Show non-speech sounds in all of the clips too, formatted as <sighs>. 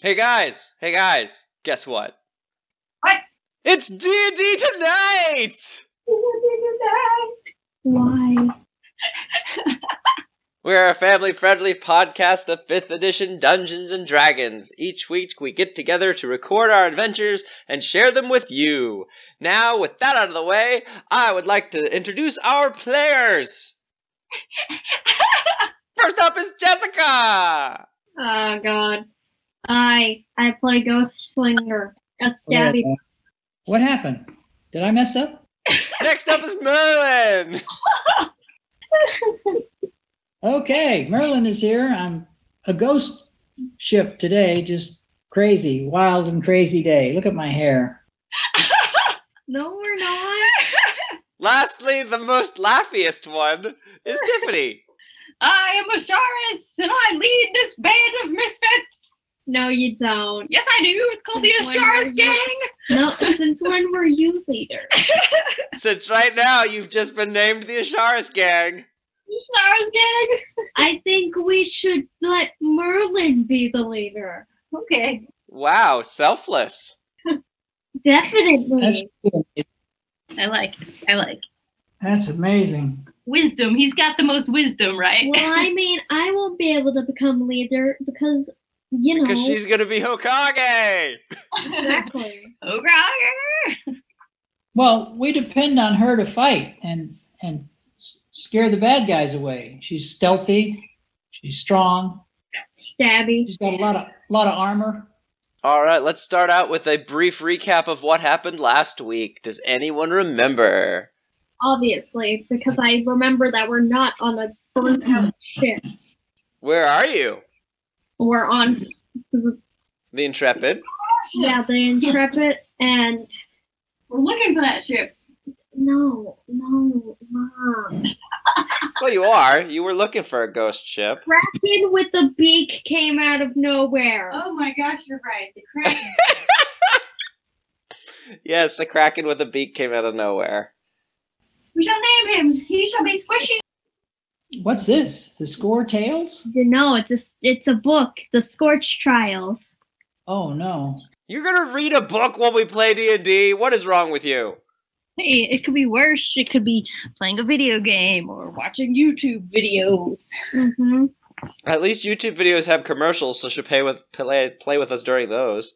Hey guys, hey guys, guess what? What? It's D and D tonight. Why? We're a family-friendly podcast of 5th edition Dungeons and Dragons. Each week we get together to record our adventures and share them with you. Now, with that out of the way, I would like to introduce our players. First up is Jessica. Oh god. I I play Ghost Slinger, a stabby. Yeah. What happened? Did I mess up? Next up is Merlin. Okay, Merlin is here. I'm a ghost ship today. Just crazy, wild and crazy day. Look at my hair. No, we're not. Lastly, the most laughiest one is Tiffany. I am Asharis, and I lead this band of misfits. No, you don't. Yes, I do. It's called Since the when were you- Asharis Gang. No, since when were you leader? Since right now you've just been named the Asharis Gang. Asharis Gang. I think we should let Merlin be the leader. Okay. Wow, selfless. That's Definitely. I like it. I like it. that's amazing. wisdom. He's got the most wisdom, right? Well, I mean, I won't be able to become leader because you know Because she's gonna be Hokage! <laughs> exactly. Okay. Well, we depend on her to fight and and s- scare the bad guys away. She's stealthy. She's strong. Stabby. She's got a lot of lot of armor. Alright, let's start out with a brief recap of what happened last week. Does anyone remember? Obviously, because I remember that we're not on a burnt out ship. Where are you? We're on The Intrepid. yeah, the intrepid and We're looking for that ship. No, no, mom. Well, you are. You were looking for a ghost ship. Kraken with the beak came out of nowhere. Oh, my gosh, you're right. The crack. Yes, a kraken with a beak came out of nowhere. we shall name him. He shall be squishy. What's this? The score tails? No, it's a it's a book, The Scorch Trials. Oh no. You're gonna read a book while we play D&D? What is wrong with you? Hey, it could be worse. It could be playing a video game or watching YouTube videos. Mm-hmm. At least YouTube videos have commercials, so she'll pay with, play, play with us during those.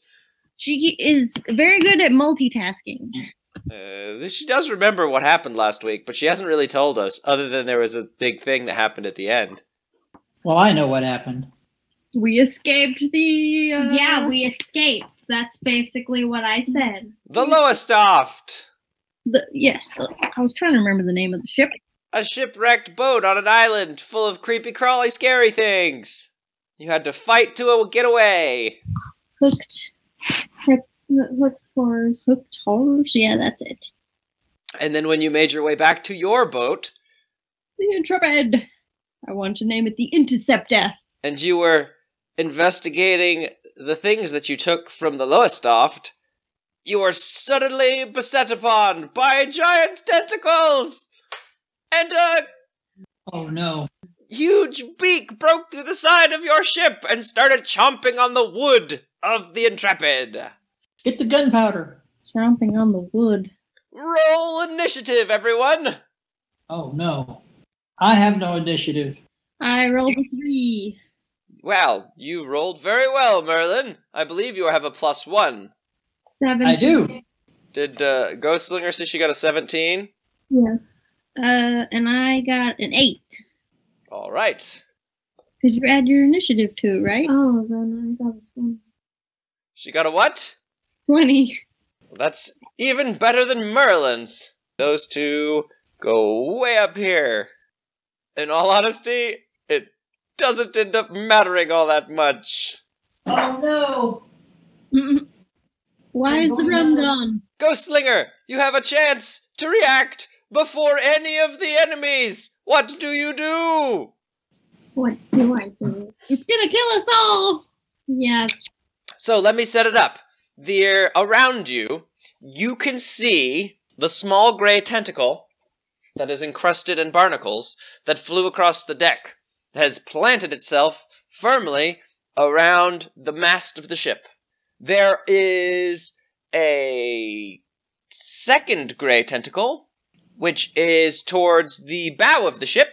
She is very good at multitasking. Uh, she does remember what happened last week, but she hasn't really told us, other than there was a big thing that happened at the end. Well, I know what happened. We escaped the. Uh, Yeah, we escaped. That's basically what I said. The Lowestoft! The, yes, the, I was trying to remember the name of the ship. A shipwrecked boat on an island full of creepy, crawly, scary things! You had to fight to get away! Hooked. Look for Hooked horrors? Yeah, that's it. And then when you made your way back to your boat, The Intrepid. I want to name it the Interceptor. and you were investigating the things that you took from the Lowestoft, you were suddenly beset upon by giant tentacles! And a Oh no. huge beak broke through the side of your ship and started chomping on the wood of the Intrepid. Get the gunpowder. Chomping on the wood. Roll initiative, everyone! Oh no. I have no initiative. I rolled a three. Wow, you rolled very well, Merlin. I believe you have a plus one. seven. I do. Did uh, Ghostslinger say she got a 17? Yes. Uh, and I got an eight. All right. Because you add your initiative to it, right? Oh, then I got a one. She got a what? 20. That's even better than Merlin's. Those two go way up here. In all honesty, it doesn't end up mattering all that much. Oh no. Mm-mm. Mm-hmm. Why is the rum gone? Ghostslinger, you have a chance to react before any of the enemies. What do you do? What do I do? It's gonna kill us all! Yeah, So let me set it up. There around you, you can see the small gray tentacle that is encrusted in barnacles that flew across the deck, has planted itself firmly around the mast of the ship. There is a second gray tentacle, which is towards the bow of the ship,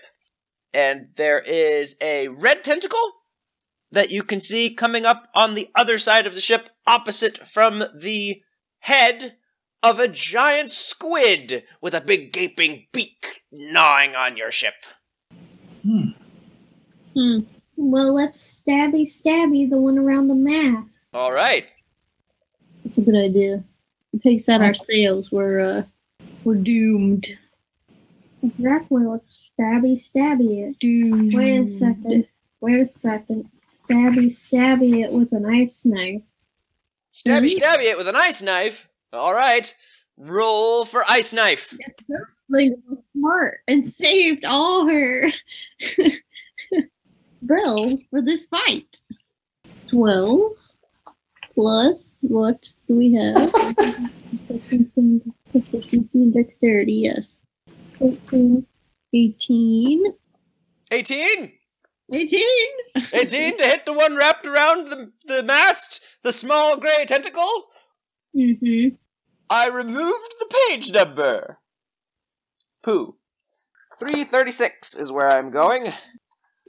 and there is a red tentacle that you can see coming up on the other side of the ship, opposite from the head of a giant squid with a big gaping beak gnawing on your ship. Hmm. Well, let's stabby stabby the one around the mast. All right. That's a good idea. It takes out our sails. We're uh, we're doomed. Exactly. Let's stabby stabby it. Doomed. Wait a second. Wait a second. Stabby stabby it with an ice knife. Stabby, stabby it with an ice knife. All right. Roll for ice knife. Ghostling was smart and saved all her <laughs> bells for this fight. Twelve plus what do we have? Proficiency proficiency and dexterity, yes. 18. 18. 18? 18! 18 to hit the one wrapped around the, the mast, the small gray tentacle? Mm-hmm. I removed the page number. Pooh. 336 is where I'm going.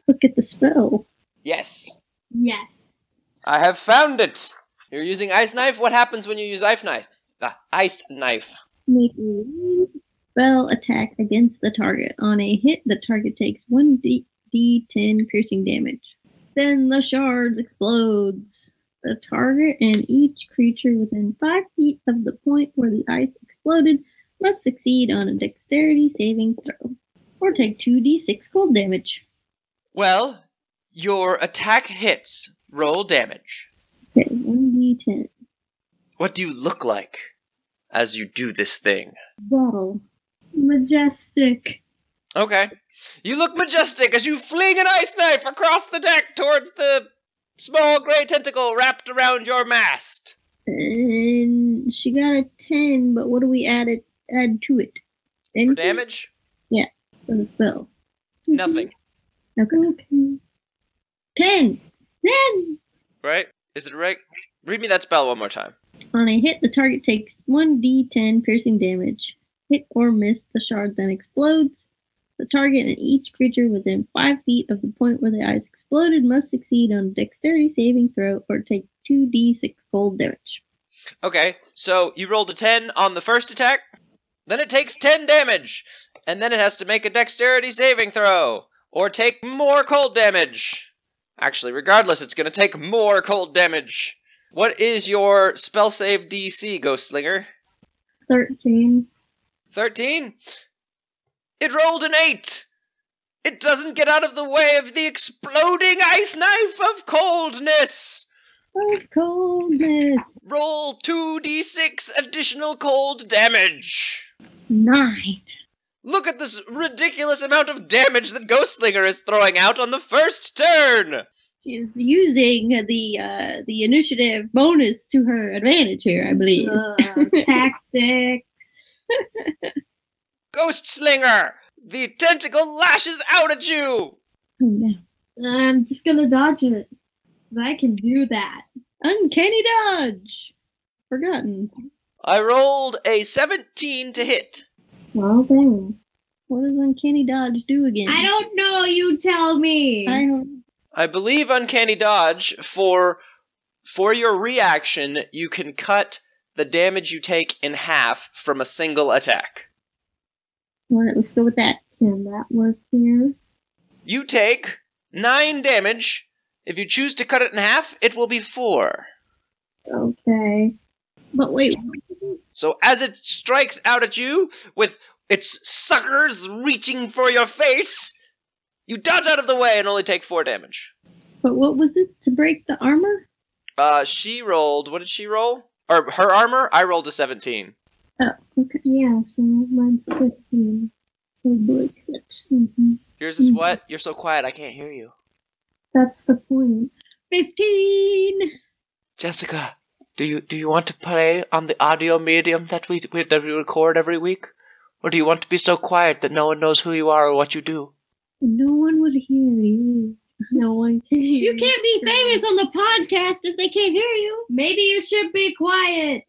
Look at the spell. Yes. Yes. I have found it. You're using ice knife? What happens when you use ice knife? Ah, ice knife. Make a spell attack against the target. On a hit, the target takes 1d10 piercing damage. Then the shards explodes. The target and each creature within 5 feet of the point where the ice exploded must succeed on a dexterity saving throw or take 2d6 cold damage. Well, your attack hits. Roll damage. Okay, 1d10. What do you look like as you do this thing? Bottle. Majestic. Okay. You look majestic as you fling an ice knife across the deck towards the small gray tentacle wrapped around your mast. And she got a 10, but what do we add it add to it? For Anything damage? For the spell. <laughs> Nothing. Okay. okay. 10. 10! Right? Is it right? Read me that spell one more time. On a hit, the target takes 1d10 piercing damage. Hit or miss, the shard then explodes. The target and each creature within 5 feet of the point where the ice exploded must succeed on a dexterity saving throw or take 2d6 cold damage. Okay, so you rolled a 10 on the first attack, then it takes 10 damage, and then it has to make a dexterity saving throw, or take more cold damage. Actually, regardless, it's going to take more cold damage. What is your spell save DC, Ghost Slinger? 13. 13? It rolled an 8! It doesn't get out of the way of the exploding ice knife of coldness! Oh, coldness! Roll 2d6 additional cold damage! 9. Look at this ridiculous amount of damage that Ghostlinger is throwing out on the first turn! She's using the uh, the initiative bonus to her advantage here, I believe. Uh, tactic. Ghostslinger! The tentacle lashes out at you! Oh, no. Uh, I'm just gonna dodge it. 'Cause I can do that. Uncanny dodge. Forgotten. I rolled a 17 to hit. Well, then. What does uncanny dodge do again? <laughs> I don't know, you tell me. I don't. I believe Uncanny Dodge, for, for your reaction, you can cut the damage you take in half from a single attack. All right, let's go with that. Can that work here? You take 9 damage. If you choose to cut it in half, it will be 4. Okay. But wait, So as it strikes out at you with its suckers reaching for your face, you dodge out of the way and only take four damage. but what was it to break the armor? Uh, she rolled. What did she roll? Or her armor? I rolled a seventeen. Okay. Yeah, so mine's 15. So breaks it. hmm Yours is what? You're so quiet. I can't hear you. That's the point. Fifteen. Jessica, do you do you want to play on the audio medium that we that we record every week, or do you want to be so quiet that no one knows who you are or what you do? No one would hear you. No one can hear You can't be famous on the podcast if they can't hear you. Maybe you should be <laughs> quiet.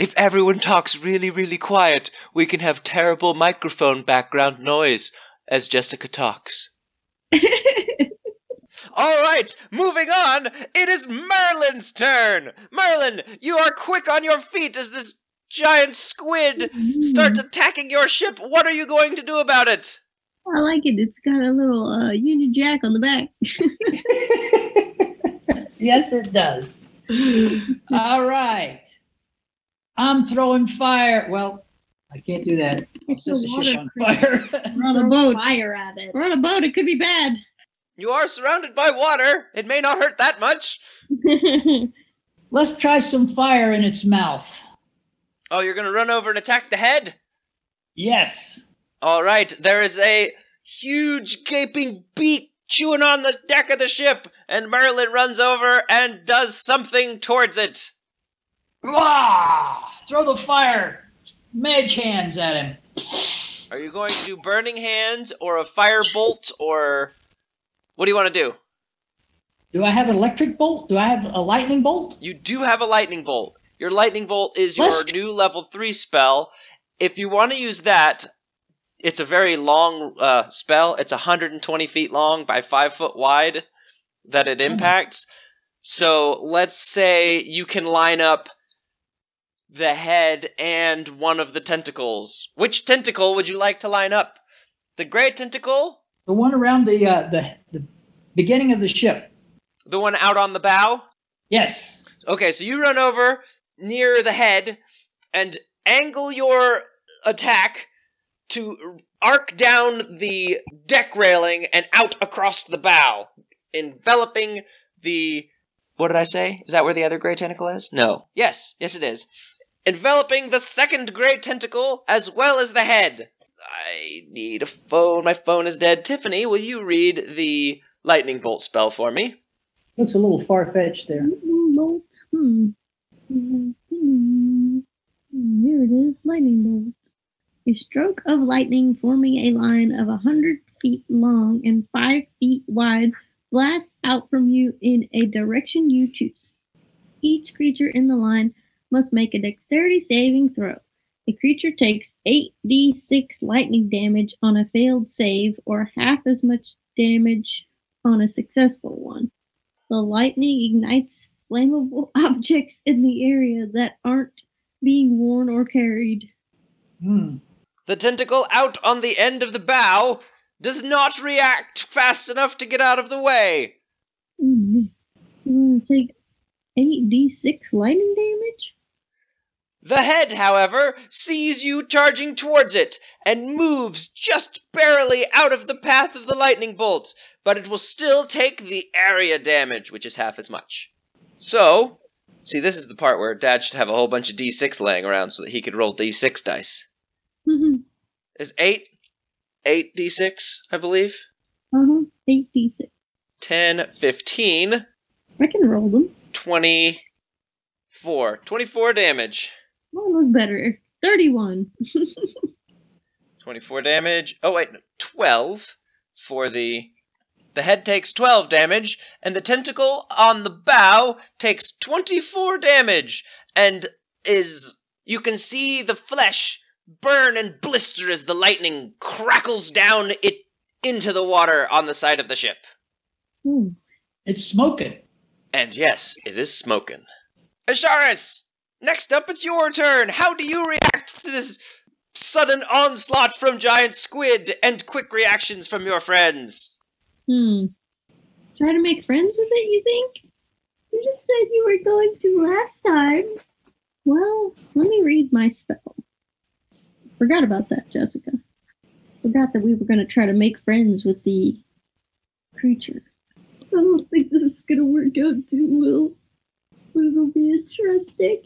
If everyone talks really, really quiet, we can have terrible microphone background noise as Jessica talks. All right, moving on. It is Merlin's turn. Merlin, you are quick on your feet as this giant squid starts attacking your ship. What are you going to do about it? I like it. It's got a little uh, Union Jack on the back. <laughs> yes, it does. <laughs> All right. I'm throwing fire. Well, I can't do that. It's It's a just a shish water on creature. fire. <laughs> We're on a boat. Fire at it. We're on a boat. It could be bad. You are surrounded by water. It may not hurt that much. Let's try some fire in its mouth. Oh, you're going to run over and attack the head? Yes. All right, there is a huge gaping beak chewing on the deck of the ship, and Merlin runs over and does something towards it. Wah! Throw the fire mage hands at him. Are you going to do burning hands or a fire bolt or what do you want to do? Do I have an electric bolt? Do I have a lightning bolt? You do have a lightning bolt. Your lightning bolt is your Let's- new level 3 spell. If you want to use that, it's a very long uh, spell. It's 120 feet long by 5 foot wide that it impacts. So let's say you can line up the head and one of the tentacles. Which tentacle would you like to line up? The gray tentacle? The one around the uh, the the beginning of the ship. The one out on the bow? Yes. Okay, so you run over near the head and angle your attack to arc down the deck railing and out across the bow, enveloping the. What did I say? Is that where the other gray tentacle is? No. Yes, yes, it is. Enveloping the second gray tentacle as well as the head. I need a phone. My phone is dead. Tiffany, will you read the lightning bolt spell for me? Looks a little far fetched there. Lightning bolt. Hmm. Hmm. There it is. Lightning bolt. A stroke of lightning forming a line of a hundred feet long and five feet wide blasts out from you in a direction you choose. Each creature in the line must make a dexterity saving throw. The creature takes 8d6 lightning damage on a failed save or half as much damage on a successful one. The lightning ignites flammable <laughs> objects in the area that aren't being worn or carried. Hmm. The tentacle out on the end of the bow does not react fast enough to get out of the way. Mm, You want to take 8d6 lightning damage? The head, however, sees you charging towards it and moves just barely out of the path of the lightning bolt, but it will still take the area damage, which is half as much. So, see, this is the part where Dad should have a whole bunch of d6 laying around so that he could roll d6 dice. Mhm. Is 8 8 d6, I believe? uh-huh. 8d6. 10, 15. I can roll them. 24. 24 damage. Almost better. 31. 24 damage. Oh, wait, no, 12 for the. The head takes 12 damage, and the tentacle on the bow takes 24 damage, and is. You can see the flesh burn and blister as the lightning crackles down it into the water on the side of the ship. Ooh. It's smoking. And yes, it is smoking. Asharis, next up it's your turn. How do you react to this sudden onslaught from giant squid and quick reactions from your friends? Hmm. Try to make friends with it, you think? You just said you were going to last time. Well, let me read my spell. Forgot about that, Jessica. Forgot that we were going to try to make friends with the creature. I don't think this is gonna work out too well, but it'll be interesting.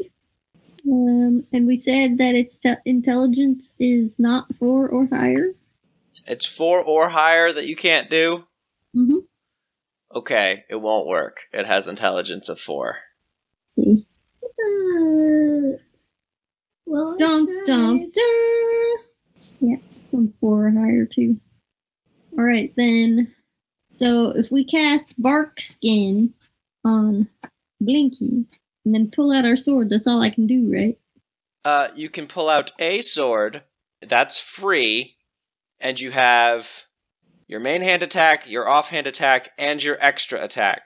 Um, and we said that its te- intelligence is not four or higher. It's four or higher that you can't do? Mm-hmm. Okay, it won't work. It has intelligence of four. See, Uh, well, dun I dun dun. Yeah, some four or higher too. All right, then So if we cast bark skin on Blinky and then pull out our sword, that's all I can do, right? Uh, you can pull out a sword. That's free, and you have your main hand attack, your offhand attack, and your extra attack.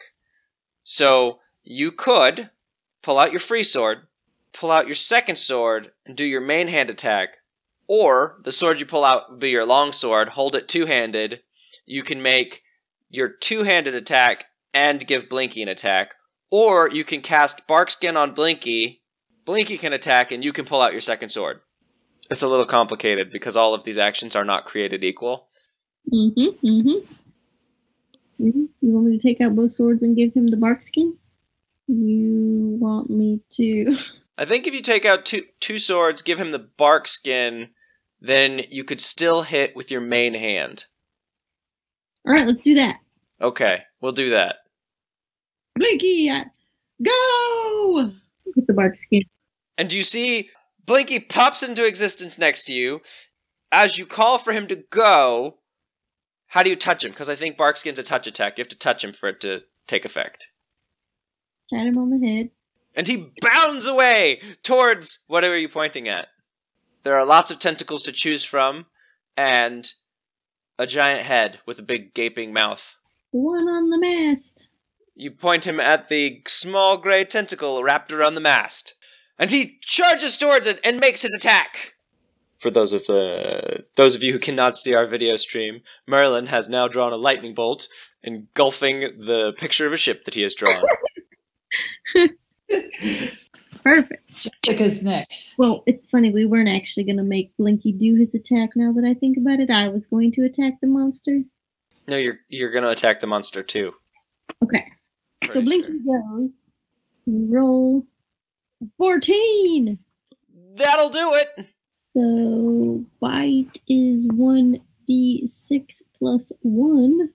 So you could pull out your free sword, pull out your second sword, and do your main hand attack. Or the sword you pull out would be your long sword, hold it two handed. You can make your two handed attack and give Blinky an attack. Or you can cast Barkskin on Blinky. Blinky can attack, and you can pull out your second sword. It's a little complicated because all of these actions are not created equal. Mm-hmm. Mm-hmm. You want me to take out both swords and give him the bark skin? You want me to? <laughs> I think if you take out two two swords, give him the bark skin, then you could still hit with your main hand. All right, let's do that. Okay, we'll do that. Blinky, uh, go with the bark skin. And you see Blinky pops into existence next to you. As you call for him to go, how do you touch him? Because I think Barkskin's a touch attack. You have to touch him for it to take effect. Pat him on the head. And he bounds away towards whatever you're pointing at. There are lots of tentacles to choose from, and a giant head with a big gaping mouth. The one on the mast. You point him at the small gray tentacle wrapped around the mast, and he charges towards it and makes his attack. For those of uh, those of you who cannot see our video stream, Merlin has now drawn a lightning bolt engulfing the picture of a ship that he has drawn. Perfect. Jessica's next. Well, it's funny we weren't actually gonna make Blinky do his attack. Now that I think about it, I was going to attack the monster. no, you're you're gonna attack the monster too. Okay. so Pretty Blinky sure. goes. Roll fourteen. That'll do it. So bite is one d six plus one.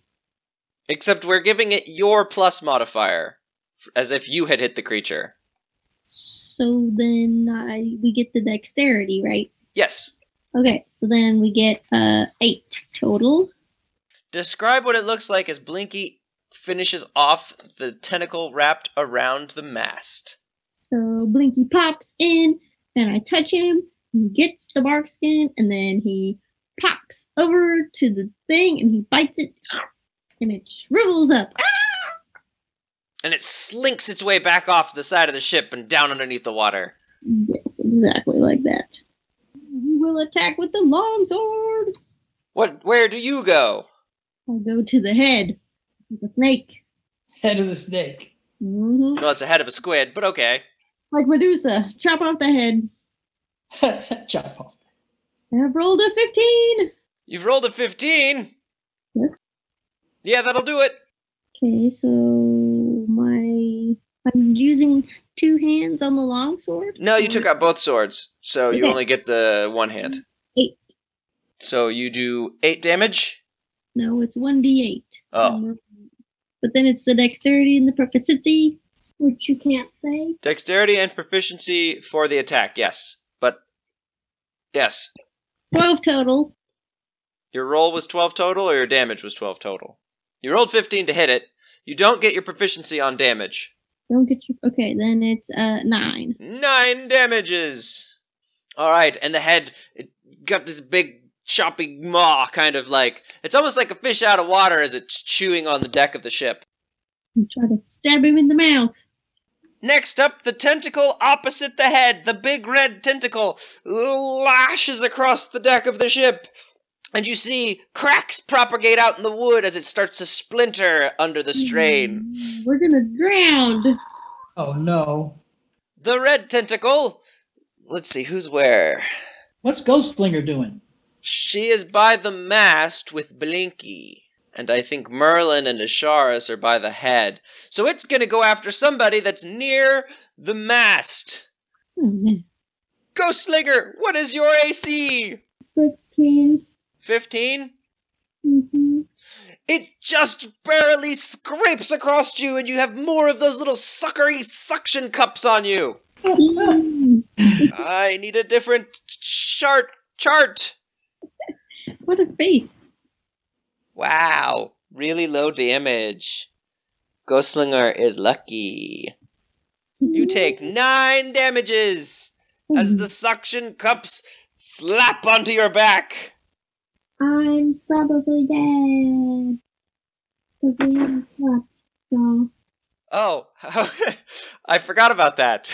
Except we're giving it your plus modifier, f- as if you had hit the creature. So then I we get the dexterity, right? Yes. Okay. So then we get uh eight total. Describe what it looks like as Blinky finishes off the tentacle wrapped around the mast. So Blinky pops in, and I touch him. He gets the bark skin, and then he pops over to the thing, and he bites it, <gasps> and it shrivels up. Ah! And it slinks its way back off the side of the ship and down underneath the water. Yes, exactly like that. We will attack with the long sword. What where do you go? I go to the head, of the snake, Head of the snake. <laughs> hmm Well, it's the head of a squid, but okay. like Medusa. Chop off the head. Chop off. And I've rolled a fifteen. You've rolled a 15. Yes. Yeah, that'll do it. Okay, so my I'm using two hands on the long sword. No, you took out both swords, so you Okay. only get the one hand. Eight. So you do 8 damage. No, it's one d eight. Oh, But then it's the dexterity and the proficiency. which you can't say. dexterity and proficiency for the attack. Yes. But yes, Twelve total. Your roll was 12 total, or your damage was 12 total? You rolled 15 to hit it. You don't get your proficiency on damage. Don't get your okay. Then it's uh nine. Nine damages! Alright, and the head it got this big choppy maw, kind of like. It's almost like a fish out of water as it's chewing on the deck of the ship. I try to stab him in the mouth. Next up, the tentacle opposite the head, the big red tentacle, lashes across the deck of the ship. And you see cracks propagate out in the wood as it starts to splinter under the strain. Mm, We're gonna drown. Oh no. The red tentacle. Let's see who's where. What's Ghost Slinger doing? She is by the mast with Blinky. And I think Merlin and Asharis are by the head. So it's gonna go after somebody that's near the mast. Oh, man. Ghostslinger, what is your AC? 15 15? Mm-hmm. It just barely scrapes across you, and you have more of those little suckery suction cups on you. I need a different chart. Chart. what a face! Wow. really low damage. Ghostslinger is lucky. You take nine damages as the suction cups slap onto your back. I'm probably dead. Because we haven't slept, so. Oh, <laughs> I forgot about that.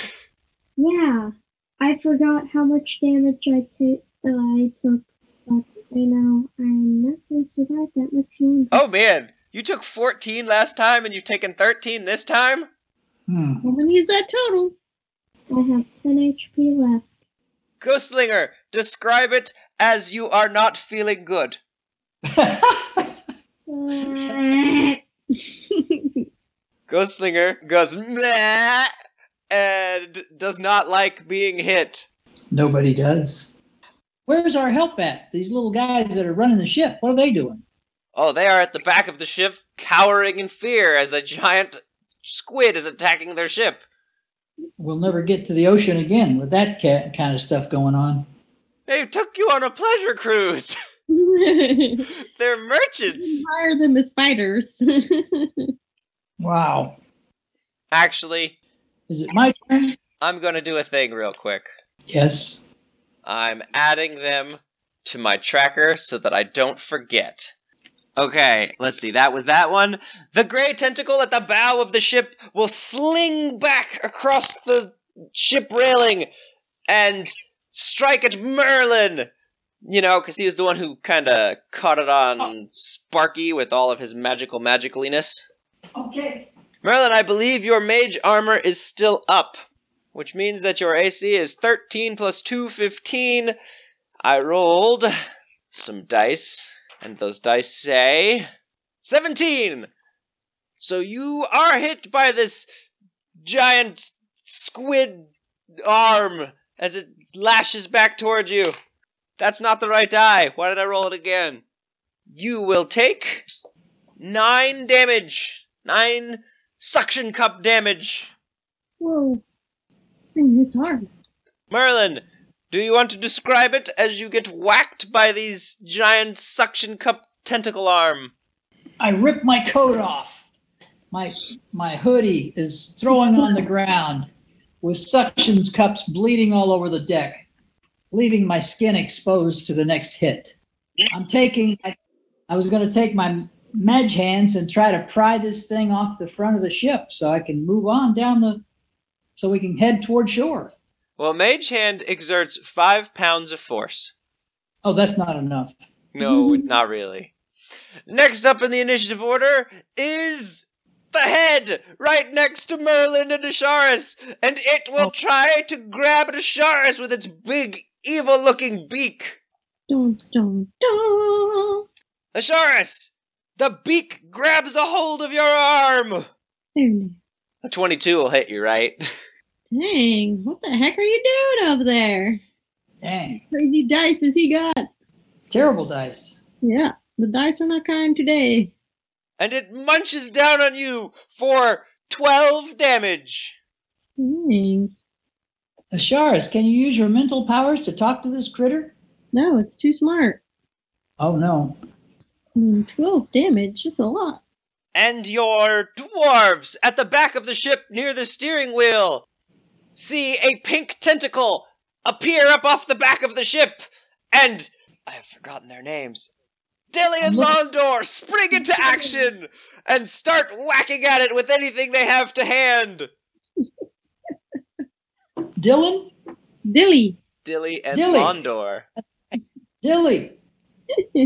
Yeah. I forgot how much damage I, ta- uh, I took, but I know I'm not going to survive that much longer. Oh man, you took 14 last time and you've taken 13 this time? Hmm. <laughs> I'm going to use that total. I have 10 <laughs> HP left. Ghostlinger, describe it as you are not feeling good. Ghostlinger goes meh and does not like being hit. Nobody does. Where's our help at? These little guys that are running the ship, what are they doing? Oh, they are at the back of the ship, cowering in fear as a giant squid is attacking their ship. We'll never get to the ocean again with that ca- kind of stuff going on. They took you on a pleasure cruise. <laughs> You They're merchants. Hire them as fighters. Wow. Actually, Is it my turn? I'm going to do a thing real quick. Yes. I'm adding them to my tracker so that I don't forget. Okay, let's see. That was that one. The gray tentacle at the bow of the ship will sling back across the ship railing and strike at Merlin. You know, because he was the one who kind of caught it on Sparky with all of his magical magicaliness. Okay. Merlin, I believe your mage armor is still up, which means that your AC is 13 plus 2, 15. I rolled some dice, and those dice say 17! So you are hit by this giant squid arm as it lashes back towards you. That's not the right die. Why did I roll it again? You will take 9 damage. 9 suction cup damage. <laughs> Whoa. And it's hard. Merlin, do you want to describe it as you get whacked by these giant suction cup tentacle arm? I rip my coat off. My my hoodie is throwing on the ground with suction cups bleeding all over the deck, leaving my skin exposed to the next hit. I'm taking I, I was going to take my mag hands and try to pry this thing off the front of the ship so I can move on down the so we can head toward shore. Well, Mage Hand exerts five pounds of force. Oh, that's not enough. No, not really. Next up in the initiative order is the head, right next to Merlin and Asharis, and it will Oh. try to grab at Asharis with its big, evil-looking beak. Dun, dun, dun. Asharis, the beak grabs a hold of your arm. There now. A 22 will hit you, right? Dang, what the heck are you doing over there? Dang, Crazy dice as he got. terrible dice. Yeah, the dice are not kind today. And it munches down on you for 12 damage. Dang. Asharis, can you use your mental powers to talk to this critter? No, it's too smart. Oh no. I mean, 12 damage, that's a lot. And your dwarves at the back of the ship near the steering wheel see a pink tentacle appear up off the back of the ship. And I have forgotten their names. Dilly and I'm looking- Londor spring into action and start whacking at it with anything they have to hand. Dylan? Dilly. Dilly and Dilly. Londor. Dilly,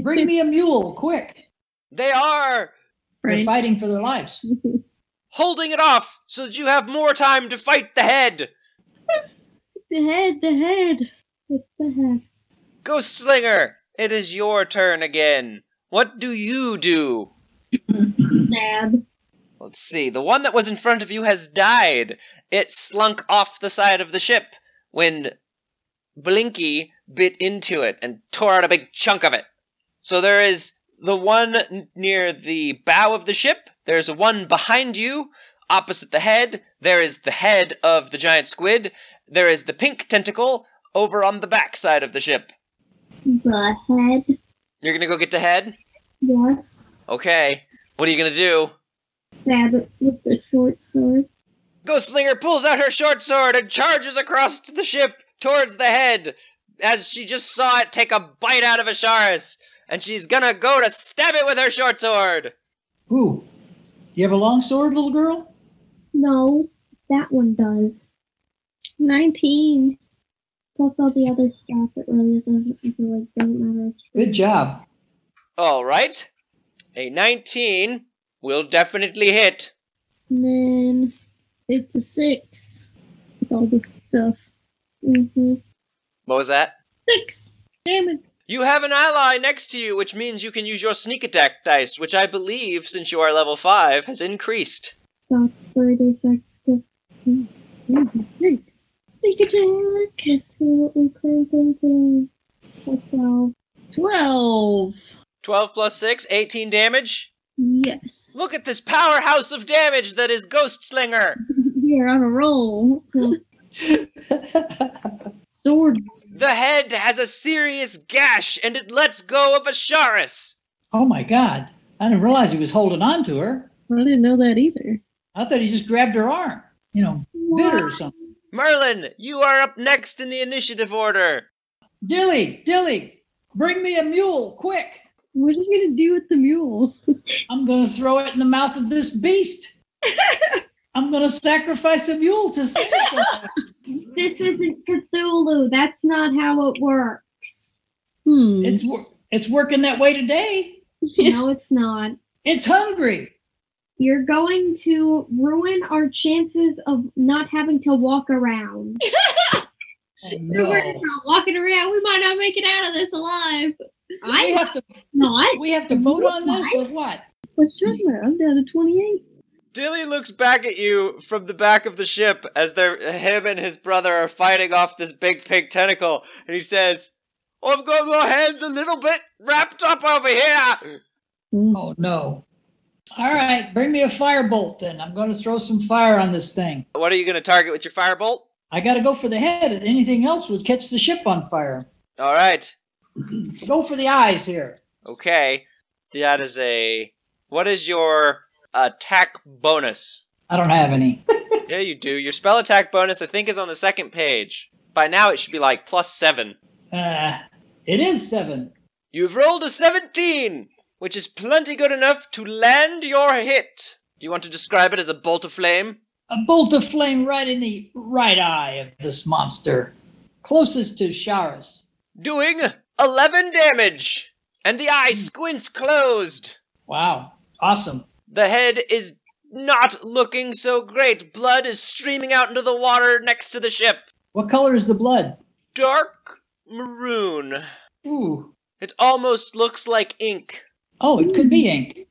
bring me a mule, quick. They are They're Frank. fighting for their lives. holding it off so that you have more time to fight the head. The head, the head. What the heck? Ghostslinger, it is your turn again. What do you do? Stab. Let's see. The one that was in front of you has died. It slunk off the side of the ship when Blinky bit into it and tore out a big chunk of it. So there is the one n- near the bow of the ship. There's one behind you, opposite the head. There is the head of the giant squid. There is the pink tentacle over on the back side of the ship. The head. You're gonna go get the head? Yes. Okay. What are you gonna do? Stab it with the short sword. Ghostslinger pulls out her short sword and charges across the ship towards the head as she just saw it take a bite out of Asharis. And she's gonna go to stab it with her short sword. Ooh, you have a long sword, little girl? No, that one does. 19. Plus all the other stuff. It really doesn't, it like, doesn't matter. Good job. <laughs> All right. A 19 will definitely hit. And then it's a 6 with all this stuff. Mm-hmm. What was that? 6 damage. You have an ally next to you, which means you can use your sneak attack dice, which I believe, since you are level 5, has increased. So it's 36 to Six. Sneak attack. Let's see what we craved in today. So 12. 12. 12 plus 6, 18 damage. Yes. <laughs> Look at this powerhouse of damage that is Ghost Slinger! You're on a roll. Sword. The head has a serious gash and it lets go of Asharis! oh my God. I didn't realize he was holding on to her. I didn't know that either. I thought he just grabbed her arm, you know, bit her or something. Merlin, you are up next in the initiative order! Dilly, Dilly, bring me a mule, quick. What are you going to do with the mule? I'm going to throw it in the mouth of this beast. I'm going to sacrifice a mule to save someone. This isn't Cthulhu. That's not how it works. Hmm. It's, wor- it's working that way today. no, it's not. It's hungry. You're going to ruin our chances of not having to walk around. Oh, We're no. not walking around. We might not make it out of this alive. We I'm have to not. we have to vote on this or what? What you talking about? I'm down to 28. Dilly looks back at you from the back of the ship as they're, him and his brother are fighting off this big pig tentacle, and he says, I've got my hands a little bit wrapped up over here! Oh no. All right, bring me a firebolt then. I'm going to throw some fire on this thing. What are you going to target with your firebolt? I got to go for the head. Anything else would catch the ship on fire. All right. Go for the eyes here. Okay. That is a. What is your attack bonus? I don't have any. <laughs> yeah, you do. Your spell attack bonus, I think, is on the second page. By now, it should be like plus seven. Uh, it is seven. You've rolled a 17, which is plenty good enough to land your hit. Do you want to describe it as a bolt of flame? A bolt of flame right in the right eye of this monster, closest to Sharis. Doing 11 damage, and the eye squints closed. Wow, awesome. The head is not looking so great. Blood is streaming out into the water next to the ship. What color is the blood? dark maroon. Ooh. It almost looks like ink. Oh, it could be ink.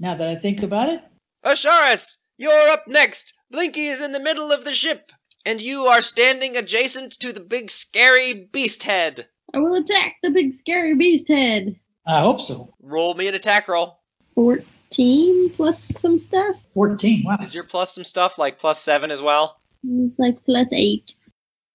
Now that I think about it, Asharis, you're up next. Blinky is in the middle of the ship, and you are standing adjacent to the big scary beast head. I will attack the big scary beast head. I hope so. Roll me an attack roll. 14 plus some stuff. 14. Wow. Is your plus some stuff like plus seven as well? It's like plus 8.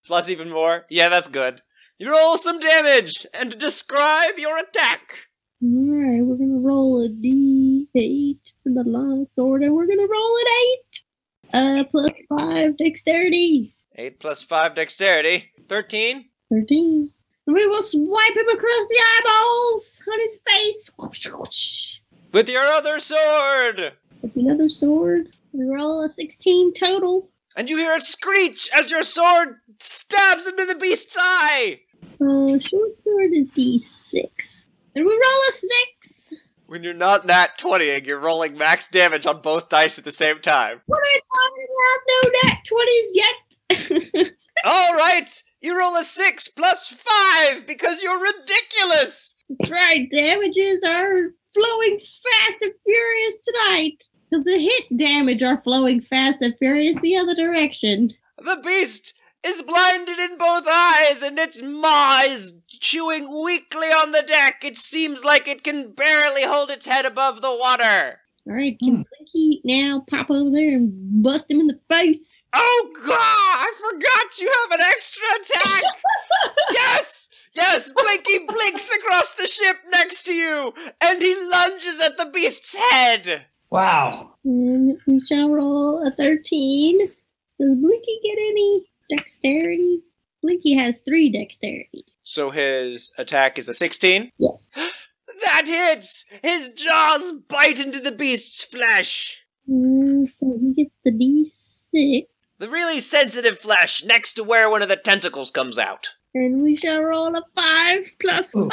Plus even more? Yeah, that's good. You roll some damage and describe your attack. Alright, we're gonna roll a d8 for the long sword, and we're gonna roll an 8! Uh, plus 5 dexterity. Eight plus five dexterity. Thirteen. 13. And we will swipe him across the eyeballs on his face. Whoosh, whoosh. With your other sword! With another sword, we roll a 16 total. and you hear a screech as your sword stabs into the beast's eye. Uh, short sword is d6. And we roll a 6! When you're not nat 20ing, you're rolling max damage on both dice at the same time. What are you talking about? No nat 20s yet! All right, you roll a 6 plus 5 because you're ridiculous. Right, damages are flowing fast and furious tonight. Because the hit damage are flowing fast and furious the other direction. The beast is blinded in both eyes and its maw is chewing weakly on the deck. It seems like it can barely hold its head above the water. All right, can Hmm. Blinky now pop over there and bust him in the face? Oh god! I forgot you have an extra attack. yes, yes. Blinky blinks across the ship next to you you, and he lunges at the beast's head. Wow. <laughs> And we shall roll a 13. Does Blinky get any dexterity? Blinky has three dexterity. So his attack is a 16. Yes. That hits! His jaws bite into the beast's flesh. Uh, so he gets the d6. The really sensitive flesh next to where one of the tentacles comes out. And we shall roll a 5 plus Ooh. 5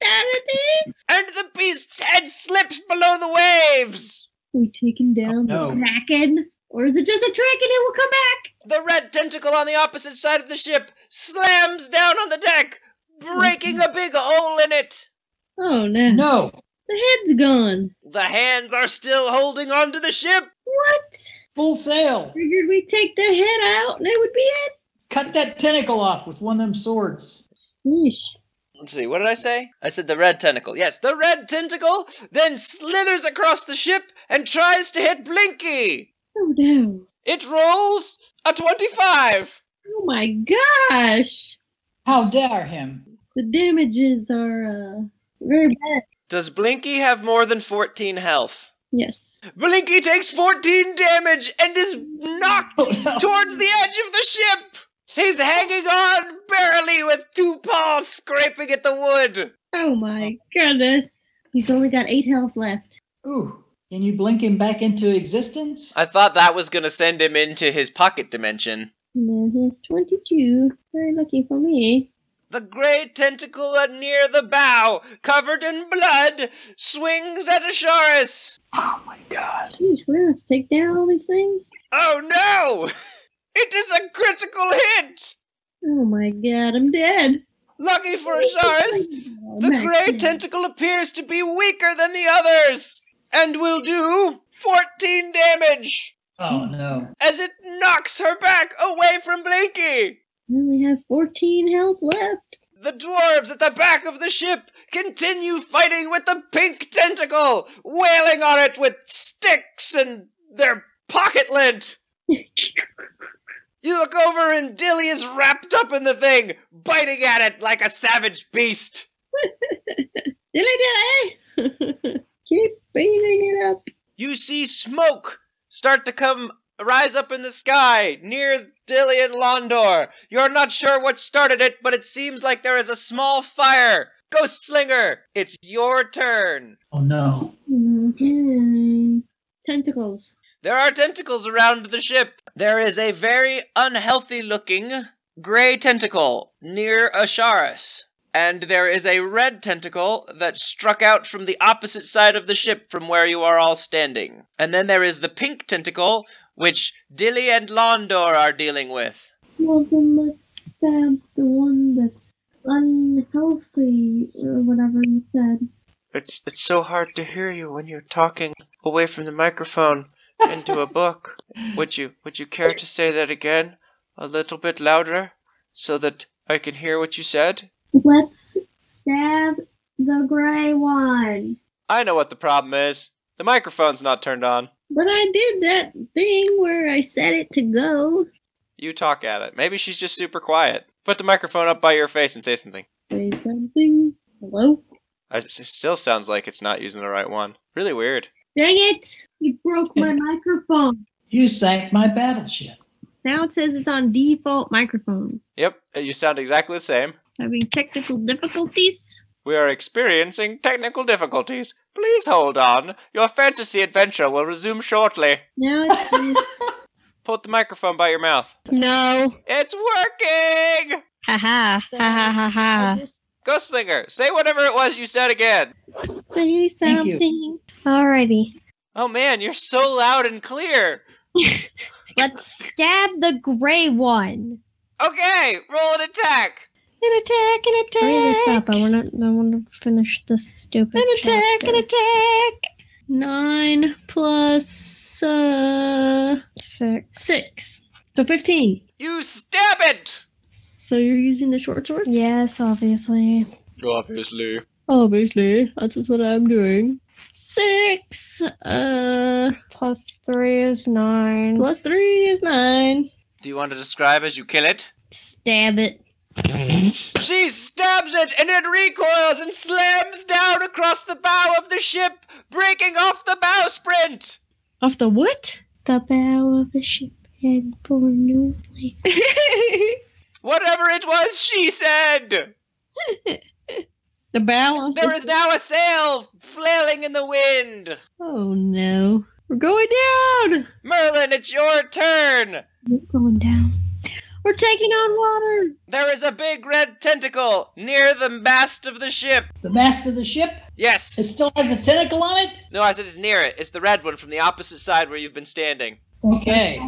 dexterity. And the beast's head slips below the waves! We taken down no. the kraken. Or is it just a trick and it will come back? The red tentacle on the opposite side of the ship slams down on the deck, breaking a big hole in it! Oh no. No. The head's gone. The hands are still holding onto the ship! What? Full sail. Figured we'd take the head out and it would be it. Cut that tentacle off with one of them swords. Yeesh. Let's see, what did I say? I said the red tentacle. Yes, the red tentacle then slithers across the ship and tries to hit Blinky! Oh no. It rolls a 25! Oh my gosh. How dare him? <laughs> The damages are uh, very bad. Does Blinky have more than 14 health? Yes. Blinky takes 14 damage and is knocked Oh, no. towards the edge of the ship. He's hanging on barely with two paws scraping at the wood. Oh my goodness. He's only got eight health left. Ooh. Can you blink him back into existence? I thought that was going to send him into his pocket dimension. No, he has 22. Very lucky for me. The gray tentacle near the bow, covered in blood, swings at Asharis. Oh my god. Jeez, we're going to take down all these things. Oh no! <laughs> It is a critical hit! Oh my god, I'm dead. Lucky for Asharis, Oh, The Max, gray man. tentacle appears to be weaker than the others and will do 14 damage Oh no. as it knocks her back away from Blinky. I only have 14 health left. The dwarves at the back of the ship continue fighting with the pink tentacle, wailing on it with sticks and their pocket lint. You look over and Dilly is wrapped up in the thing, biting at it like a savage beast. Dilly dilly! <laughs> Keep beating it up. you see smoke start to come rise up in the sky near Dilly and Londor. You're not sure what started it, but it seems like there is a small fire. Ghost Slinger, it's your turn. Oh no. Okay. Tentacles. There are tentacles around the ship. There is a very unhealthy looking gray tentacle near Asharis. And there is a red tentacle that struck out from the opposite side of the ship from where you are all standing. And then there is the pink tentacle, which Dilly and Londor are dealing with. Well, then let's stab the one that's unhealthy or whatever you said. It's it's so hard to hear you when you're talking away from the microphone into a book. Would you would you care to say that again a little bit louder so that I can hear what you said? Let's stab the gray one. I know what the problem is. The microphone's not turned on. But I did that thing where I set it to go. You talk at it. Maybe she's just super quiet. Put the microphone up by your face and say something. Say something. Hello? I- It still sounds like it's not using the right one. Really weird. Dang it! You broke my microphone. You sank my battleship. Now it says it's on default microphone. Yep, you sound exactly the same. Having technical difficulties? We are experiencing technical difficulties. Please hold on. Your fantasy adventure will resume shortly. No, <laughs> it says Put the microphone by your mouth. No. It's working! Ha ha. Ha ha ha just Ghostslinger, say whatever it was you said again. ha. Say Thank you. something. Alrighty. Oh man, you're so loud and clear. Let's stab the gray one. Okay, roll an attack. An attack, an attack. Hurry this up. I want to I want to finish this stupid An attack, an chapter. attack. Nine plus uh, Sick. six. So 15. You stab it! So you're using the short swords? Yes, obviously. Obviously. Obviously. That's just what I'm doing. Six. Uh, Plus three is nine. plus three is nine. Do you want to describe as you kill it? Stab it. She stabs it and it recoils and slams down across the bow of the ship, breaking off the bowsprit. Off <laughs> the what? The bow of the ship had borne no flame. the Whatever it was, she said. bow of There the- is now a sail flailing in the wind. Oh no. We're going down! Merlin, it's your turn. It going down. We're taking on water! There is a big red tentacle near the mast of the ship. The mast of the ship? It Yes. still has a tentacle on it? No, I said it's near it. It's the red one from the opposite side where you've been standing. Okay.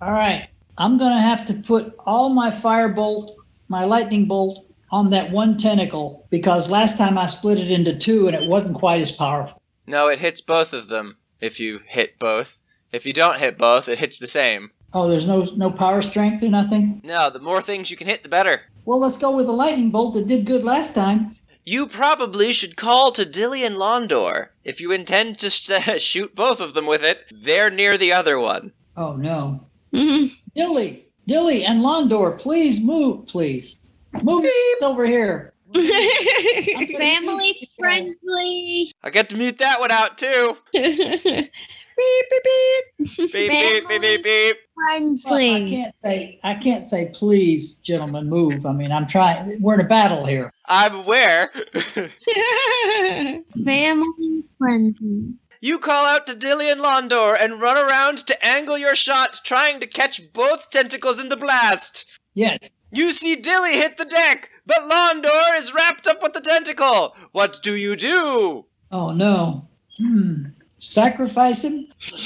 All right. I'm going to have to put all my firebolt, my lightning bolt, on that one tentacle because last time I split it into two and it wasn't quite as powerful. No, it hits both of them if you hit both. If you don't hit both, it hits the same. Oh, there's no no power strength or nothing. No, the more things you can hit, the better. Well, let's go with the lightning bolt that did good last time. You probably should call to Dillian Londor if you intend to sh- <laughs> shoot both of them with it. They're near the other one. Oh no, Mhm. Dilly, Dilly, and Londor, please move, please move over here. I'm gonna Family shoot you guys. friendly. I get to mute that one out too. beep, beep, beep. Beep beep beep beep beep. Well, I Friendly. can't say I can't say please, gentlemen, move. I mean, I'm trying. We're in a battle here. I'm aware. Family friendly. <laughs> you call out to Dillian Londor and run around to angle your shot, trying to catch both tentacles in the blast. Yes. You see Dilly hit the deck, but Londor is wrapped up with the tentacle. What do you do? Oh no. Hmm. Sacrifice him. Trying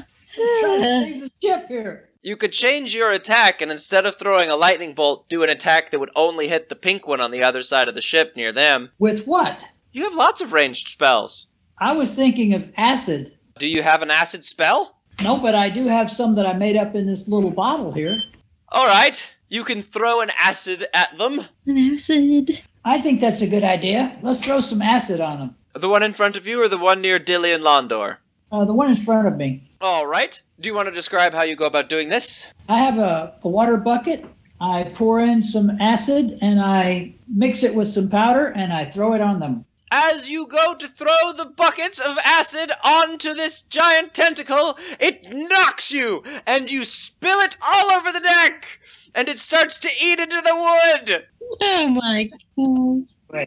to save the ship here. You could change your attack and instead of throwing a lightning bolt, do an attack that would only hit the pink one on the other side of the ship near them. With what? You have lots of ranged spells. I was thinking of acid. Do you have an acid spell? No, but I do have some that I made up in this little bottle here. Alright, you can throw an acid at them. An acid. I think that's a good idea. Let's throw some acid on them. The one in front of you or the one near Dilly and Londor? Uh, the one in front of me. Alright, do you want to describe how you go about doing this? I have a, a water bucket. I pour in some acid and I mix it with some powder and I throw it on them. As you go to throw the bucket of acid onto this giant tentacle, it knocks you, and you spill it all over the deck, and it starts to eat into the wood. Oh my gosh.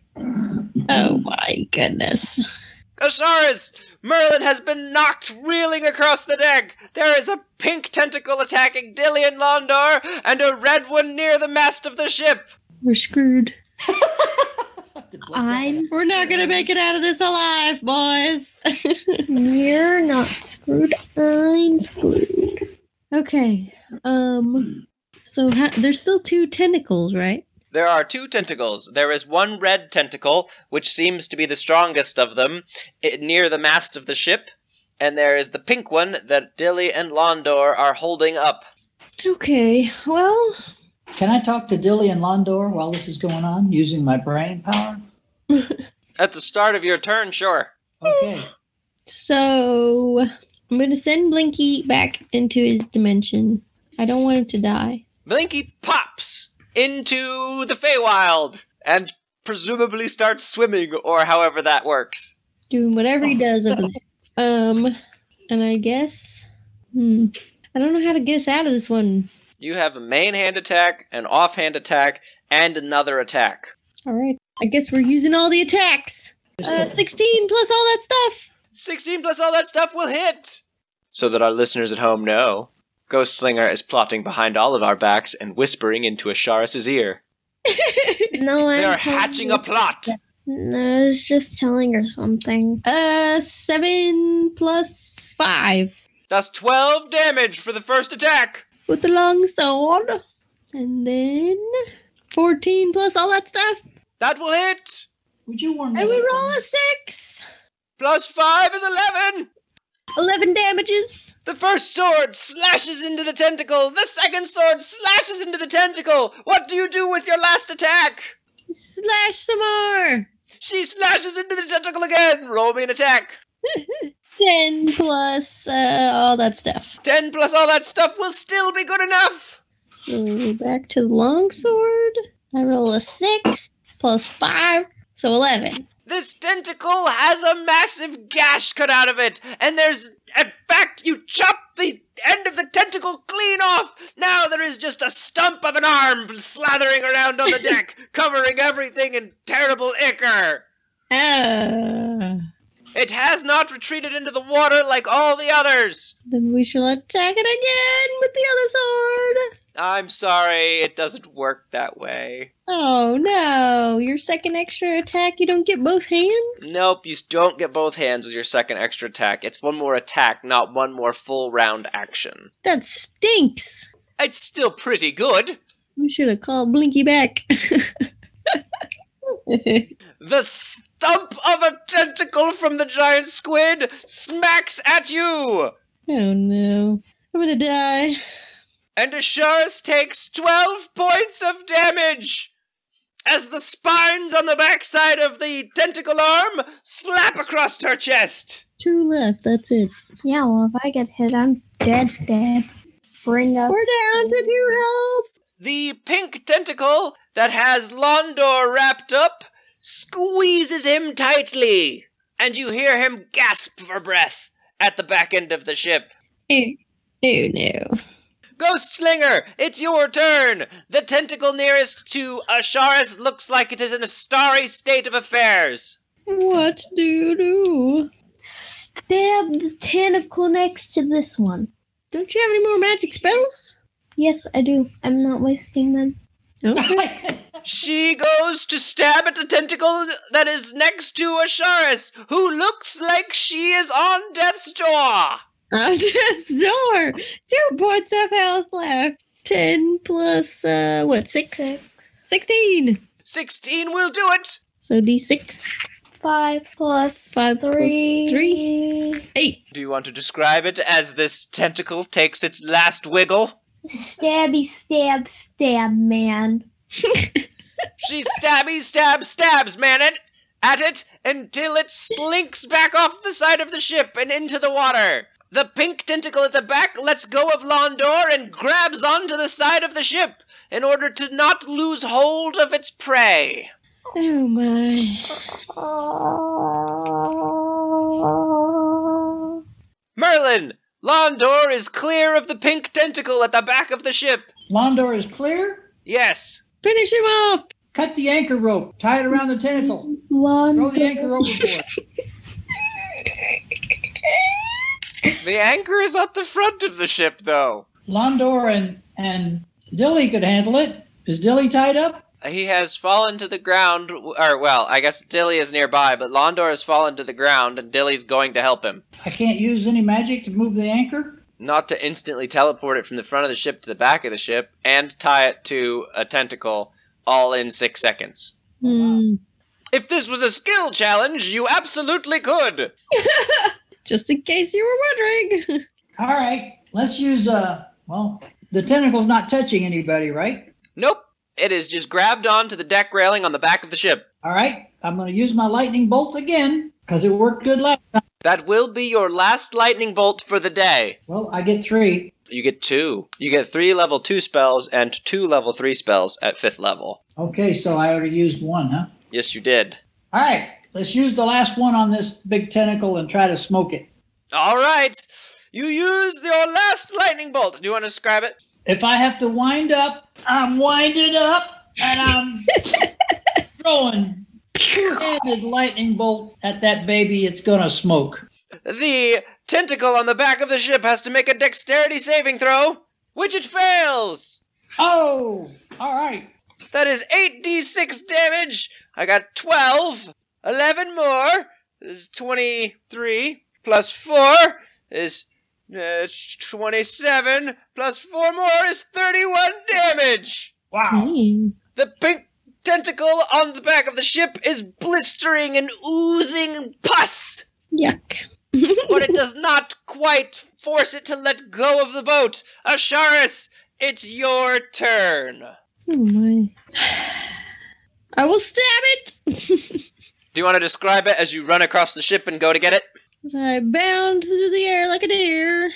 Oh my goodness. Osiris, Merlin has been knocked reeling across the deck. There is a pink tentacle attacking Dillian Londor, and a red one near the mast of the ship. We're screwed. I'm. <laughs> We're not gonna make it out of this alive, boys. You're not screwed. I'm screwed. okay. Um. So ha- there's still two tentacles, right? There are two tentacles. There is one red tentacle, which seems to be the strongest of them, i near the mast of the ship, and there is the pink one that Dilly and Londor are holding up. Okay. Well. Can I talk to Dilly and Londor while this is going on using my brain power? At the start of your turn, sure. <laughs> Okay. So I'm gonna send Blinky back into his dimension. I don't want him to die. Blinky pops into the Feywild and presumably starts swimming, or however that works. Doing whatever he does over there. Um. And I guess. Hmm. I don't know how to get us out of this one. You have a main hand attack, an offhand attack, and another attack. All right. I guess we're using all the attacks. Uh, 16 plus all that stuff. 16 plus all that stuff will hit! So that our listeners at home know, Ghost Slinger is plotting behind all of our backs and whispering into Asharis's ear. No, They I'm are telling hatching her a plot! No, I was just telling her something. Uh, seven plus five That's 12 damage for the first attack! with the long sword, and then 14 plus all that stuff. That will hit! Would you warn me? And we roll a six. Plus 5 is 11! 11 damages. The first sword slashes into the tentacle! The second sword slashes into the tentacle! What do you do with your last attack? Slash some more. She slashes into the tentacle again! Roll me an attack! 10 plus uh, all that stuff. 10 plus all that stuff will still be good enough! So back to the longsword. I roll a six plus five, so eleven. This tentacle has a massive gash cut out of it, and there's. In fact, you chopped the end of the tentacle clean off! Now there is just a stump of an arm slathering around <laughs> on the deck, covering everything in terrible ichor! Ah. It has not retreated into the water like all the others! Then we shall attack it again with the other sword. I'm sorry, it doesn't work that way. Oh no! Your second extra attack, you don't get both hands. Nope, you s- don't get both hands with your second extra attack. It's one more attack, not one more full round action. That stinks. It's still pretty good. We should have called Blinky back. <laughs> The stump of a tentacle from the giant squid smacks at you! oh no! I'm gonna die. and Assurus takes 12 points of damage as the spines on the backside of the tentacle arm slap across her chest. Two left. That's it. Yeah, well, if I get hit, I'm dead, dead. Bring up. We're down to two health. The pink tentacle that has Londor wrapped up squeezes him tightly, and you hear him gasp for breath at the back end of the ship. <laughs> Oh no! Ghost Slinger, it's your turn! The tentacle nearest to Asharis looks like it is in a starry state of affairs. What do you do? Stab the tentacle next to this one. Don't you have any more magic spells? <laughs> Yes, I do. I'm not wasting them. Okay. She goes to stab at the tentacle that is next to Asharis, who looks like she is on death's door. I'm just sore. Two points of health left. Ten plus uh what six? Sixteen. 16 will do it. So D six. Five plus Five plus three. Eight. Do you want to describe it as this tentacle takes its last wiggle? Stabby stab stab man. She stabby stabs stabs man it at it until it slinks back off the side of the ship and into the water. The pink tentacle at the back lets go of Londor and grabs onto the side of the ship in order to not lose hold of its prey. Oh my. Oh. Merlin, Londor is clear of the pink tentacle at the back of the ship. <laughs> Londor is clear. Yes. Finish him off. Cut the anchor rope. Tie it around the tentacle. It's long. Throw the anchor overboard. The anchor is at the front of the ship, though. Londor and, and Dilly could handle it. Is Dilly tied up? He has fallen to the ground, or, well, I guess Dilly is nearby, but Londor has fallen to the ground, and Dilly's going to help him. I can't use any magic to move the anchor. Not to instantly teleport it from the front of the ship to the back of the ship and tie it to a tentacle, all in six seconds. Oh, Hmm. If this was a skill challenge, you absolutely could! Just in case you were wondering. All right, let's use uh well, the tentacle's not touching anybody, right? Nope, it is just grabbed onto the deck railing on the back of the ship. All right, I'm going to use my lightning bolt again because it worked good last time. That will be your last lightning bolt for the day. Well, I get three. You get two. You get three level two spells and two level three spells at fifth level. Okay, so I already used one, huh? Yes, you did. All right, let's use the last one on this big tentacle and try to smoke it. All right. You use your last lightning bolt. Do you want to describe it? If I have to wind up, I'm winding up <laughs> and I'm throwing two-handed lightning bolt at that baby. It's going to smoke. The tentacle on the back of the ship has to make a dexterity saving throw, which it fails. Oh, all right. That is 8d6 damage. I got 12. 11 more is 23. Plus 4 is uh, 27. Plus 4 more is 31 damage. Wow. Dang. The pink tentacle on the back of the ship is blistering and oozing pus, Yuck. <laughs> but it does not quite force it to let go of the boat. Asharis, it's your turn. Oh my. <sighs> I will stab it. <laughs> Do you want to describe it as you run across the ship and go to get it? As I bound through the air like a deer,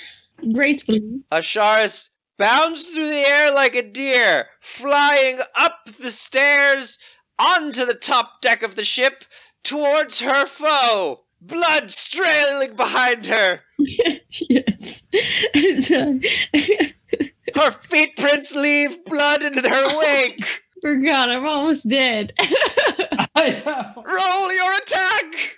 gracefully. Asharis bounds through the air like a deer, flying up the stairs onto the top deck of the ship towards her foe, blood strailing behind her. <laughs> yes. I'm sorry. I Her footprints leave blood in <laughs> her wake. <laughs> forgot. I'm almost dead. <laughs> I Hmm. know. Roll your attack.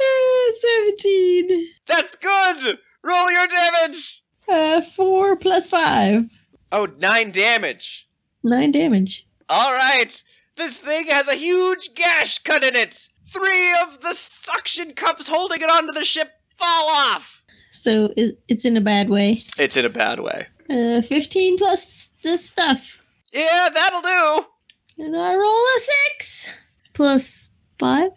Ah, 17. That's good. Roll your damage. Uh, 4 plus 5. Oh, nine damage. 9 damage. All right. This thing has a huge gash cut in it. Three of the suction cups holding it onto the ship fall off. So it, it's in a bad way. It's in a bad way. Uh, 15 plus the stuff. Yeah, that'll do. And I roll a 6. Plus 5.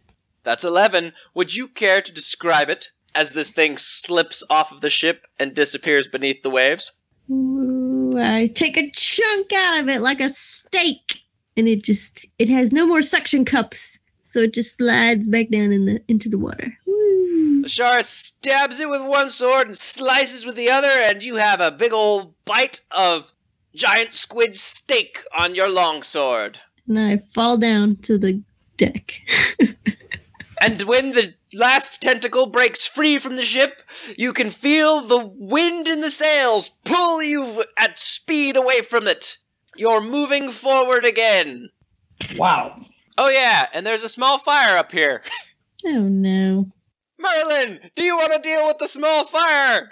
That's 11. Would you care to describe it as this thing slips off of the ship and disappears beneath the waves? Ooh, I take a chunk out of it like a steak, and it just it has no more suction cups, so it just slides back down in the into the water. Woo. Ashara stabs it with one sword and slices with the other, and you have a big old bite of giant squid steak on your longsword. And I fall down to the deck. <laughs> And when the last tentacle breaks free from the ship, you can feel the wind in the sails pull you at speed away from it. You're moving forward again. <laughs> Wow. Oh, yeah, and there's a small fire up here. Oh no! Merlin, do you want to deal with the small fire?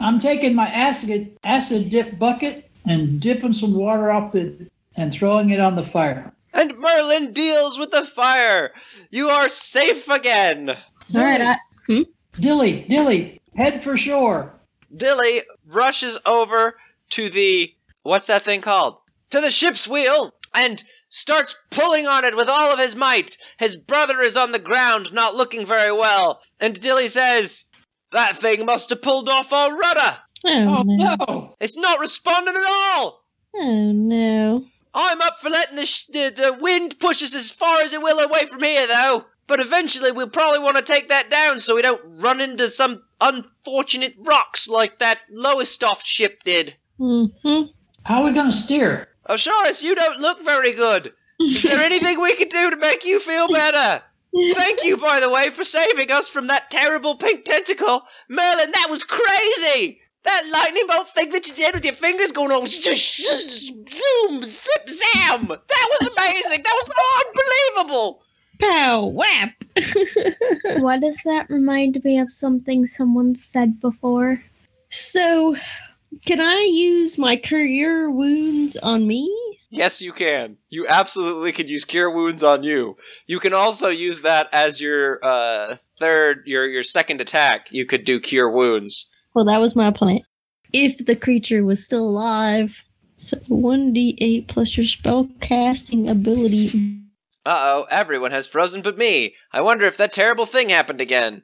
I'm taking my acid acid dip bucket and dipping some water off it and throwing it on the fire. And Merlin deals with the fire. You are safe again. All right, I, hmm? Dilly, dilly, head for shore. Dilly rushes over to the what's that thing called? To the ship's wheel and starts pulling on it with all of his might. His brother is on the ground, not looking very well, and Dilly says, "That thing must have pulled off our rudder. Oh, Oh no! no! It's not responding at all. Oh no! I'm up for letting the, sh- the the wind push us as far as it will away from here, though. But eventually, we'll probably want to take that down so we don't run into some unfortunate rocks like that Lowestoft ship did." hmm How are we gonna steer? Osharis, you don't look very good. Is there anything we can do to make you feel better? Thank you, by the way, for saving us from that terrible pink tentacle. Merlin, that was crazy! That lightning bolt thing that you did with your fingers going all <laughs> sh- sh- sh- zoom, zip, zam! That was amazing! That was unbelievable! Pow! Whap! <laughs> Why does that remind me of something someone said before? So, can I use my cure wounds on me? Yes, you can. You absolutely can use cure wounds on you. You can also use that as your uh, third, your your second attack. You could do cure wounds. Well, that was my plan. If the creature was still alive, so 1d8 plus your spell casting ability. Uh oh, everyone has frozen but me. I wonder if that terrible thing happened again.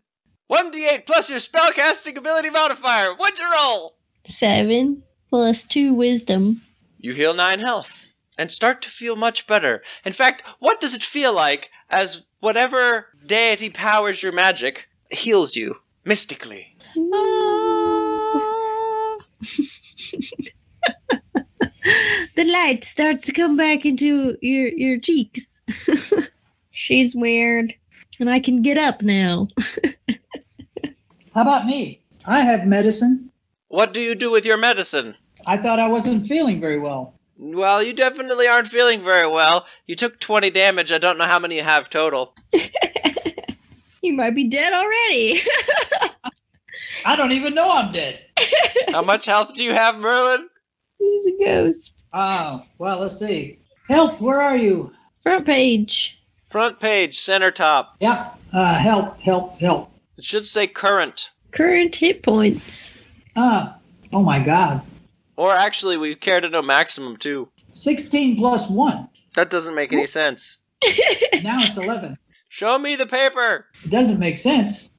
1d8 plus your spellcasting ability modifier. What'd you roll? 7 plus 2 wisdom. You heal 9 health and start to feel much better. In fact, what does it feel like as whatever deity powers your magic heals you mystically? Ah! <laughs> the light starts to come back into your, your cheeks. she's weird. And I can get up now. How about me? I have medicine. What do you do with your medicine? I thought I wasn't feeling very well. Well, you definitely aren't feeling very well. You took 20 damage. I don't know how many you have total. You might be dead already. <laughs> I don't even know I'm dead. how much health do you have, Merlin? He's a ghost. Oh, well, let's see. Help, where are you? Front page. Front page, center top. Yep. Uh, help, help, help. It should say current. Current hit points. <laughs> Ah, oh my God. Or actually, we care to know maximum too. 16 plus 1. That doesn't make any sense. Now it's 11. Show me the paper. It doesn't make <laughs> sense.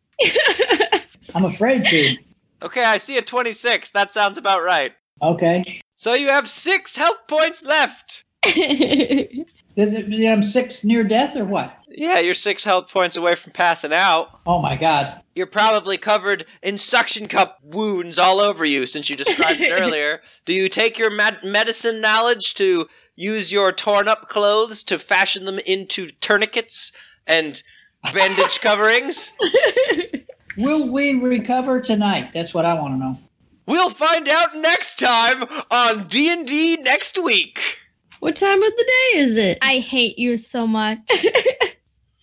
I'm afraid to. Okay, I see a 26. That sounds about right. Okay. So you have six health points left. Does it mean I'm six near death or what? Yeah, you're six health points away from passing out. Oh my god. You're probably covered in suction cup wounds all over you since you described it earlier. Do you take your med- medicine knowledge to use your torn up clothes to fashion them into tourniquets and bandage <laughs> coverings? Will we recover tonight? That's what I want to know. We'll find out next time on D&D next week. What time of the day is it? I hate you so much.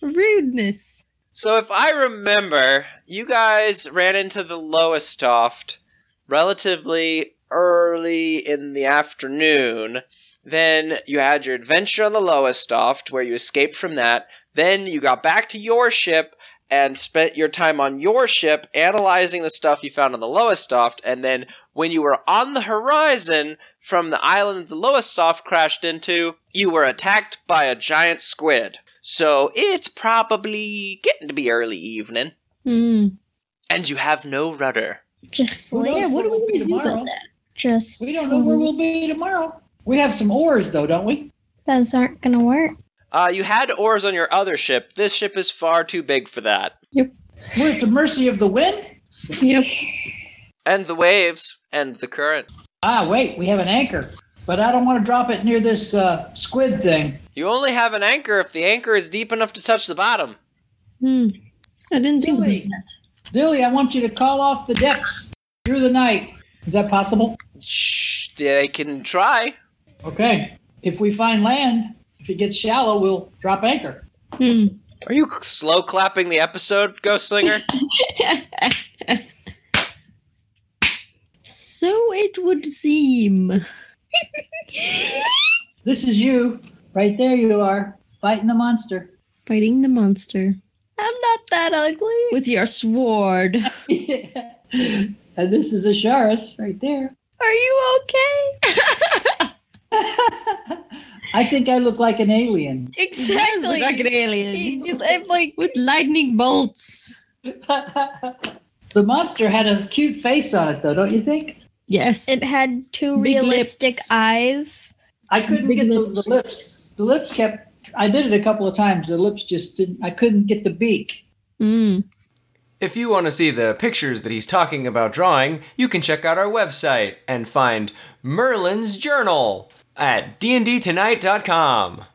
Rudeness. So if I remember, you guys ran into the Lowestoft relatively early in the afternoon. Then you had your adventure on the Lowestoft where you escaped from that. Then you got back to your ship and spent your time on your ship analyzing the stuff you found on the Lowestoft. And then when you were on the horizon from the island the Lowestoft crashed into, you were attacked by a giant squid. So it's probably getting to be early evening. Hmm. And you have no rudder. Just Who knows sleep. Yeah, what are where we we'll be going to do tomorrow? about that? Just We don't know where sleep. we'll be tomorrow. We have some oars though, don't we? Those aren't gonna work. Uh, you had oars on your other ship. This ship is far too big for that. We're at the mercy of the wind? Yep. And the waves. And the current. Ah, wait, we have an anchor. But I don't want to drop it near this uh, squid thing. You only have an anchor if the anchor is deep enough to touch the bottom. Hmm. I didn't think Really? about that. Dilly, I want you to call off the depths through the night. Is that possible? Shh, they can try. Okay. If we find land, if it gets shallow, we'll drop anchor. Hmm. Are you slow clapping the episode, Ghost Slinger? So it would seem. This is you. Right there you are, fighting the monster. <laughs> Fighting the monster I'm not that ugly. with your sword. and this is Asharis right there. <laughs> Are you okay? I think I look like an alien. <laughs> He does look <laughs> Exactly. like an alien. You- I'm like, With lightning bolts. the monster had a cute face on it though, don't you think? Yes. it had two Big realistic lips. eyes. I couldn't Big get the, lips. the lips. The lips kept. I did it a couple of times. The lips just didn't. I couldn't get the beak. Hmm. <laughs> If you want to see the pictures that he's talking about drawing, you can check out our website and find Merlin's Journal at dndtonight.com.